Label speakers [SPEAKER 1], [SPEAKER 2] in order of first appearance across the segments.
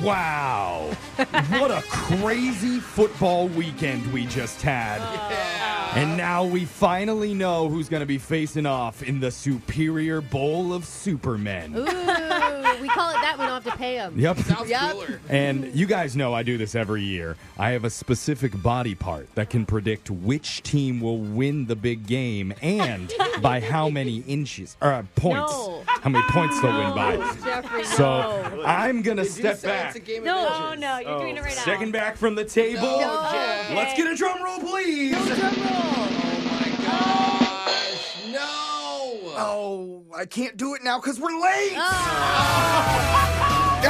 [SPEAKER 1] Wow. what a crazy football weekend we just had. And now we finally know who's going to be facing off in the Superior Bowl of Supermen.
[SPEAKER 2] Ooh, we call it that. We don't have to pay them.
[SPEAKER 1] Yep.
[SPEAKER 3] Sounds
[SPEAKER 2] Yep.
[SPEAKER 3] cooler.
[SPEAKER 1] And you guys know I do this every year. I have a specific body part that can predict which team will win the big game and by how many inches or uh, points.
[SPEAKER 2] No.
[SPEAKER 1] How many points they'll win by.
[SPEAKER 2] Jeffrey,
[SPEAKER 1] So
[SPEAKER 2] no.
[SPEAKER 1] I'm going to
[SPEAKER 3] You
[SPEAKER 1] step
[SPEAKER 3] say It's
[SPEAKER 1] back.
[SPEAKER 3] a game
[SPEAKER 4] No,
[SPEAKER 3] of
[SPEAKER 4] oh,
[SPEAKER 3] inches.
[SPEAKER 4] no, you're doing it right now.
[SPEAKER 1] Second back from the table.
[SPEAKER 3] No,
[SPEAKER 2] No.
[SPEAKER 3] Jeff.
[SPEAKER 1] Let's get a drum roll, please.
[SPEAKER 3] Oh my Oh. gosh. No.
[SPEAKER 5] Oh, I can't do it now because we're late.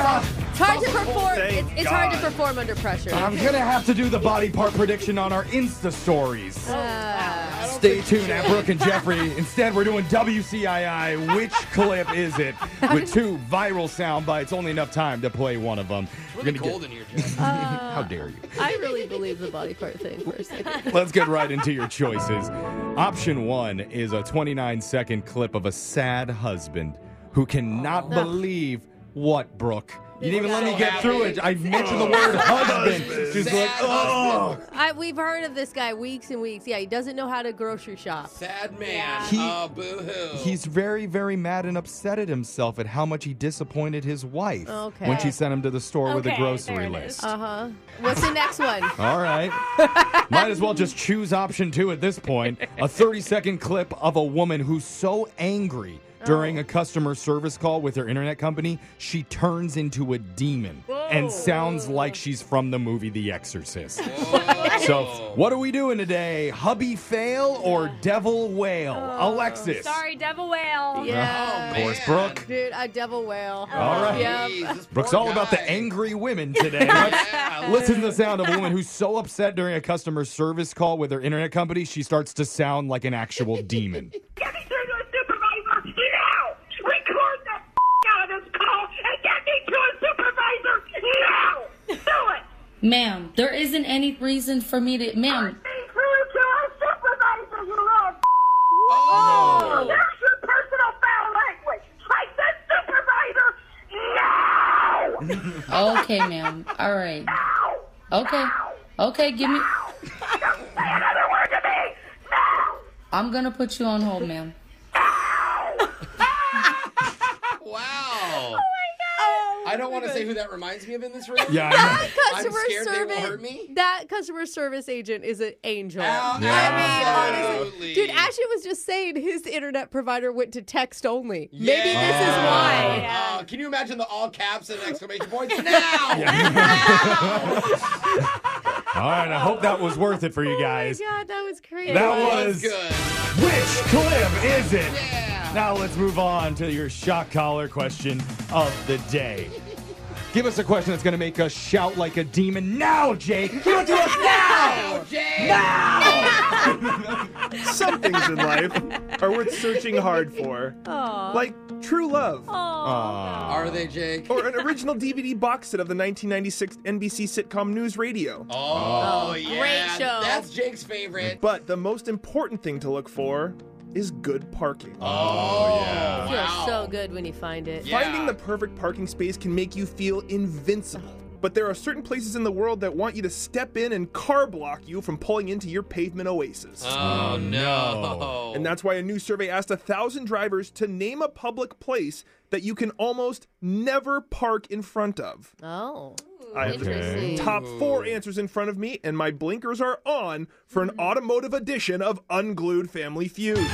[SPEAKER 2] It's hard to perform.
[SPEAKER 5] thank
[SPEAKER 2] It's, it's hard to
[SPEAKER 5] God.
[SPEAKER 2] perform under pressure.
[SPEAKER 1] I'm going to have to do the body part prediction on our Insta stories.
[SPEAKER 2] Uh,
[SPEAKER 3] I don't
[SPEAKER 1] Stay
[SPEAKER 3] think-
[SPEAKER 1] tuned at Brooke and Jeffrey. Instead, we're doing WCII. Which clip is it? With two viral sound bites, only enough time to play one of them. We're
[SPEAKER 3] Really
[SPEAKER 1] gonna
[SPEAKER 3] cold in here, Jeff.
[SPEAKER 1] How dare you?
[SPEAKER 2] I really believe the body part thing for a second.
[SPEAKER 1] Let's get right into your choices. Option one is a 29 second clip of a sad husband who cannot believe what Brooke. You didn't even let me
[SPEAKER 3] So
[SPEAKER 1] get
[SPEAKER 3] happy.
[SPEAKER 1] through it. I mentioned the word husband. She's
[SPEAKER 3] Sad
[SPEAKER 1] like, oh.
[SPEAKER 2] I, we've heard of this guy weeks and weeks. Yeah, he doesn't know how to grocery shop.
[SPEAKER 3] Sad man.
[SPEAKER 1] He-
[SPEAKER 3] oh, boo hoo.
[SPEAKER 1] He's very, very mad and upset at himself at how much he disappointed his wife
[SPEAKER 2] Okay.
[SPEAKER 1] when she sent him to the store with a
[SPEAKER 4] Okay,
[SPEAKER 1] grocery
[SPEAKER 4] there it is.
[SPEAKER 1] list.
[SPEAKER 2] Uh huh. What's the next one?
[SPEAKER 1] All right. Might as well just choose option two at this point. A 30 second clip of a woman who's so angry during a customer service call with her internet company, she turns into a demon and sounds like she's from the movie The Exorcist. So, what are we doing today? Hubby fail or devil whale? Alexis.
[SPEAKER 4] Sorry, Devil Whale.
[SPEAKER 2] Yeah.
[SPEAKER 1] Of course,
[SPEAKER 3] man.
[SPEAKER 1] Brooke.
[SPEAKER 2] Dude, a devil whale.
[SPEAKER 1] All right.
[SPEAKER 2] Yeah.
[SPEAKER 3] Jeez, this
[SPEAKER 1] Brooke's
[SPEAKER 2] Oh,
[SPEAKER 3] poor
[SPEAKER 1] all about the
[SPEAKER 3] guy.
[SPEAKER 1] angry women today. Let's-
[SPEAKER 3] Yeah,
[SPEAKER 1] Listen to the sound of a woman who's so upset during a customer service call with her internet company, she starts to sound like an actual demon.
[SPEAKER 6] Get me through to a supervisor now! Record the f- out of this call and get me to a supervisor now! Do it!
[SPEAKER 7] Ma'am, there isn't any reason for me to. Ma'am,
[SPEAKER 6] Get me through to a supervisor, you little f-
[SPEAKER 3] Oh.
[SPEAKER 6] There's your personal foul language! Like the supervisor now!
[SPEAKER 7] okay, ma'am. All right. Okay. Okay, give me.
[SPEAKER 6] Say another word to me! Now!
[SPEAKER 7] I'm gonna put you on hold, ma'am.
[SPEAKER 3] Wow. I don't want to say who that reminds me of in this room.
[SPEAKER 1] Yeah, I know.
[SPEAKER 2] Customer
[SPEAKER 3] I'm scared they will
[SPEAKER 2] service.
[SPEAKER 3] hurt me. Oh,
[SPEAKER 2] That customer service agent is an angel.
[SPEAKER 3] Absolutely.
[SPEAKER 2] Dude, Ashton was just saying his internet provider went to text only. Maybe
[SPEAKER 3] Yeah.
[SPEAKER 2] this is why.
[SPEAKER 3] Uh, can you imagine the all caps and exclamation points? Now!
[SPEAKER 1] All right, I hope that was worth it for you guys.
[SPEAKER 2] Oh my god, that was crazy.
[SPEAKER 1] That
[SPEAKER 3] That
[SPEAKER 1] was
[SPEAKER 3] was good.
[SPEAKER 1] which clip is it?
[SPEAKER 3] Yeah.
[SPEAKER 1] Now let's move on to your shock collar question of the day. Give us a question that's going to make us shout like a demon now, Jake. Give it to us now.
[SPEAKER 3] Oh, Jay!
[SPEAKER 5] Some things in life are worth searching hard for, like true love
[SPEAKER 3] Are they, Jake?
[SPEAKER 5] or an original DVD box set of the 1996 NBC sitcom News Radio.
[SPEAKER 3] Oh, yeah.
[SPEAKER 2] great show.
[SPEAKER 3] That's Jake's favorite.
[SPEAKER 5] But the most important thing to look for is good parking.
[SPEAKER 3] Oh, yeah.
[SPEAKER 2] feels
[SPEAKER 3] Wow.
[SPEAKER 2] so good when you find it.
[SPEAKER 3] Yeah.
[SPEAKER 5] Finding the perfect parking space can make you feel invincible. But there are certain places in the world that want you to step in and car block you from pulling into your pavement oasis.
[SPEAKER 3] Oh, no.
[SPEAKER 5] And that's why a new survey asked a thousand drivers to name a public place that you can almost never park in front of.
[SPEAKER 2] Oh.
[SPEAKER 5] I have the
[SPEAKER 2] Interesting.
[SPEAKER 5] top four answers in front of me, and my blinkers are on for an automotive edition of Unglued Family Feud.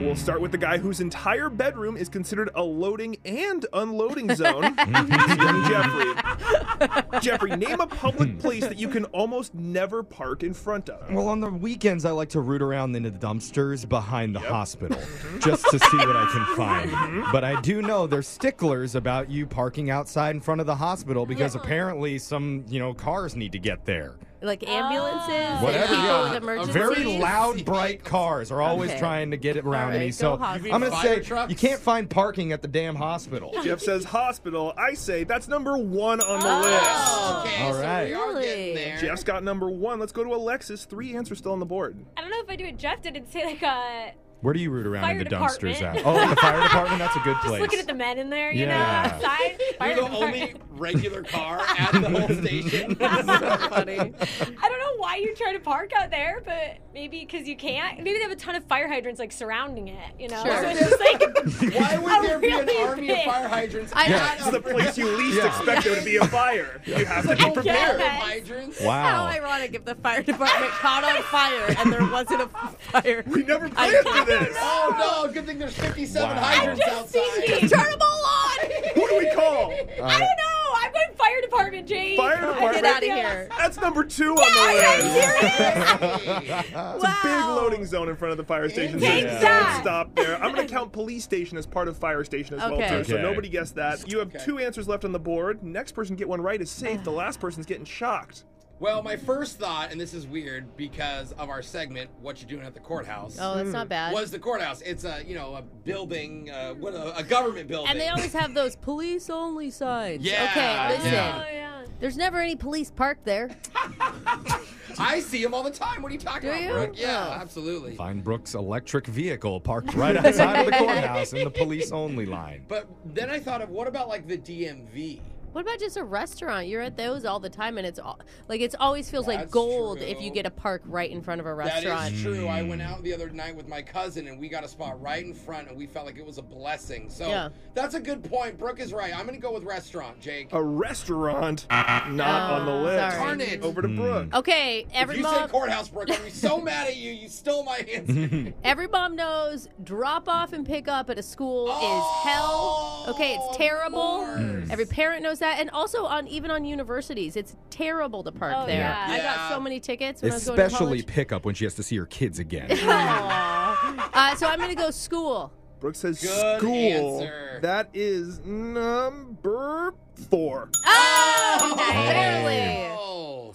[SPEAKER 5] We'll start with the guy whose entire bedroom is considered a loading and unloading zone. Young Jeffrey. Jeffrey, name a public place that you can almost never park in front of.
[SPEAKER 1] Well, on the weekends, I like to root around in the dumpsters behind the hospital just to see what I can find. but I do know they're sticklers about you parking outside in front of the hospital because apparently some, you know, cars need to get there.
[SPEAKER 2] Like ambulances,
[SPEAKER 1] Whatever.
[SPEAKER 2] and people
[SPEAKER 1] yeah.
[SPEAKER 2] with emergencies.
[SPEAKER 1] Very loud, bright cars are always
[SPEAKER 2] Okay.
[SPEAKER 1] trying to get it around
[SPEAKER 2] All right,
[SPEAKER 1] me.
[SPEAKER 2] go
[SPEAKER 1] So I'm
[SPEAKER 2] hospital.
[SPEAKER 1] going to
[SPEAKER 3] Fire
[SPEAKER 1] say
[SPEAKER 3] trucks?
[SPEAKER 1] you can't find parking at the damn hospital.
[SPEAKER 5] Jeff says hospital. I say that's number one on the list.
[SPEAKER 3] Okay,
[SPEAKER 1] All
[SPEAKER 3] so
[SPEAKER 1] right.
[SPEAKER 3] we are
[SPEAKER 2] Really?
[SPEAKER 3] getting there.
[SPEAKER 5] Jeff's got number one. Let's go to Alexis. Three answers still on the board.
[SPEAKER 4] I don't know if I do it justice. It'd say like uh
[SPEAKER 1] Where do you root around in
[SPEAKER 4] Fire
[SPEAKER 1] the dumpsters at?
[SPEAKER 4] department.
[SPEAKER 1] Oh, the fire department? That's a good
[SPEAKER 4] Just
[SPEAKER 1] place.
[SPEAKER 4] looking at the men in there, you know,
[SPEAKER 1] Yeah.
[SPEAKER 4] outside. Fire
[SPEAKER 3] You're the only regular car at the whole station.
[SPEAKER 2] Funny.
[SPEAKER 4] I don't know why you try to park out there, but maybe because you can't. Maybe they have a ton of fire hydrants like surrounding it. You know,
[SPEAKER 2] Sure.
[SPEAKER 4] so it's just like
[SPEAKER 3] Why would there be
[SPEAKER 4] really
[SPEAKER 3] an army of
[SPEAKER 4] big-
[SPEAKER 3] fire hydrants?
[SPEAKER 2] I-
[SPEAKER 3] at
[SPEAKER 2] I-
[SPEAKER 3] a-
[SPEAKER 5] the place you least
[SPEAKER 1] Yeah.
[SPEAKER 5] expect there to be a fire. You have to be
[SPEAKER 3] Fire
[SPEAKER 5] prepared.
[SPEAKER 4] Yeah.
[SPEAKER 3] hydrants.
[SPEAKER 2] How
[SPEAKER 1] Wow.
[SPEAKER 2] ironic if the fire department caught on fire and there wasn't a fire.
[SPEAKER 5] We never planned for this.
[SPEAKER 3] Oh no! Good thing there's 57
[SPEAKER 1] Wow.
[SPEAKER 3] hydrants outside.
[SPEAKER 2] Turn them all on!
[SPEAKER 5] Who do we call?
[SPEAKER 4] I don't know. I'm going fire department, Jane.
[SPEAKER 5] Fire department.
[SPEAKER 2] Get out of here.
[SPEAKER 5] That's number two on the list.
[SPEAKER 2] wow.
[SPEAKER 5] Big loading zone in front of the fire station.
[SPEAKER 4] Take
[SPEAKER 5] so
[SPEAKER 4] that.
[SPEAKER 5] Don't stop there. I'm going to count police station as part of fire station as well,
[SPEAKER 2] Okay.
[SPEAKER 5] too. So
[SPEAKER 1] Okay.
[SPEAKER 5] nobody guessed that. You have
[SPEAKER 3] Okay.
[SPEAKER 5] two answers left on the board. Next person to get one right is safe. The last person's getting shocked.
[SPEAKER 3] Well, my first thought, and this is weird because of our segment, what you doing at the courthouse?
[SPEAKER 2] Oh,
[SPEAKER 1] Hmm.
[SPEAKER 2] that's not bad.
[SPEAKER 3] was the courthouse? It's a you know a building, uh, what a, a government building.
[SPEAKER 2] and they always have those police only signs.
[SPEAKER 3] Yeah,
[SPEAKER 2] Okay, listen.
[SPEAKER 4] Oh yeah.
[SPEAKER 2] There's never any police parked there.
[SPEAKER 3] I see them all the time. What are you talking
[SPEAKER 2] Do
[SPEAKER 3] about,
[SPEAKER 2] you?
[SPEAKER 3] Brooke? Yeah,
[SPEAKER 2] Oh.
[SPEAKER 3] absolutely.
[SPEAKER 1] Fine Brooks electric vehicle parked right outside of the courthouse in the police only line.
[SPEAKER 3] But then I thought of what about like the DMV?
[SPEAKER 2] What about just a restaurant? You're at those all the time, and it's all, like it's always feels like
[SPEAKER 3] That's
[SPEAKER 2] gold
[SPEAKER 3] true.
[SPEAKER 2] if you get a park right in front of a
[SPEAKER 3] That
[SPEAKER 2] restaurant.
[SPEAKER 3] is true. I went out the other night with my cousin, and we got a spot right in front, and we felt like it was a blessing. So
[SPEAKER 2] Yeah.
[SPEAKER 3] that's a good point. Brooke is right. I'm going to go with restaurant, Jake.
[SPEAKER 5] A restaurant not on the list.
[SPEAKER 2] sorry. Oh.
[SPEAKER 3] Darn it.
[SPEAKER 1] Hmm.
[SPEAKER 5] Over to Brooke.
[SPEAKER 2] Okay,
[SPEAKER 3] if
[SPEAKER 2] every
[SPEAKER 3] you
[SPEAKER 2] mom,
[SPEAKER 3] said courthouse, Brooke, I'm so mad at you. You stole my answer.
[SPEAKER 2] every mom knows drop off and pick up at a school is hell. Okay,
[SPEAKER 3] Oh, of
[SPEAKER 2] it's terrible.
[SPEAKER 3] course.
[SPEAKER 2] Every parent knows that, and also on even on universities, it's terrible to park
[SPEAKER 4] Oh,
[SPEAKER 2] there.
[SPEAKER 4] yeah.
[SPEAKER 2] I
[SPEAKER 3] Yeah.
[SPEAKER 2] got so many tickets when I was going
[SPEAKER 1] Especially
[SPEAKER 2] to college.
[SPEAKER 1] pickup when she has to see her kids again.
[SPEAKER 2] Uh, so I'm gonna go school.
[SPEAKER 5] Brooke says
[SPEAKER 3] Good
[SPEAKER 5] school.
[SPEAKER 3] answer.
[SPEAKER 5] That is number four.
[SPEAKER 2] Oh, barely.
[SPEAKER 3] Oh.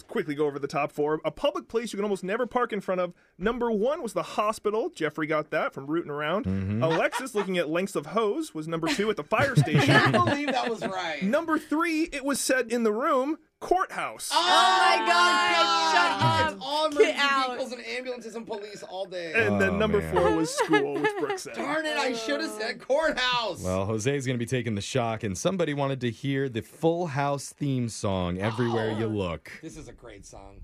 [SPEAKER 5] quickly go over the top four. A public place you can almost never park in front of. Number one was the hospital. Jeffrey got that from rooting around.
[SPEAKER 1] Mm-hmm.
[SPEAKER 5] Alexis, looking at lengths of hose, was number two at the fire
[SPEAKER 3] I
[SPEAKER 5] station.
[SPEAKER 3] can't believe that was right.
[SPEAKER 5] number three, it was said in the room, courthouse.
[SPEAKER 1] Oh.
[SPEAKER 2] Oh my
[SPEAKER 3] Oh
[SPEAKER 2] God, shut
[SPEAKER 3] It's
[SPEAKER 2] up.
[SPEAKER 3] all
[SPEAKER 2] Get
[SPEAKER 3] emergency
[SPEAKER 2] out.
[SPEAKER 3] vehicles and ambulances and police all day.
[SPEAKER 5] and then
[SPEAKER 1] Oh,
[SPEAKER 5] number
[SPEAKER 1] man.
[SPEAKER 5] four was school, which Brooke said.
[SPEAKER 3] Darn it, I should have
[SPEAKER 2] Uh.
[SPEAKER 3] said courthouse.
[SPEAKER 1] Well, Jose's going to be taking the shock, and somebody wanted to hear the Full House theme song everywhere
[SPEAKER 2] Oh.
[SPEAKER 1] you look.
[SPEAKER 3] This is a great song.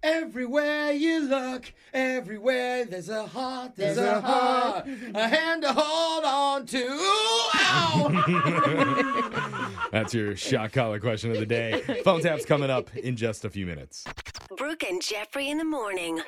[SPEAKER 3] Everywhere you look, everywhere there's a heart, there's, a heart, a hand to hold on to. Ooh, ow!
[SPEAKER 1] That's your shock collar question of the day. Phone tap's coming up in just a few minutes.
[SPEAKER 8] Brooke and Jeffrey in the morning.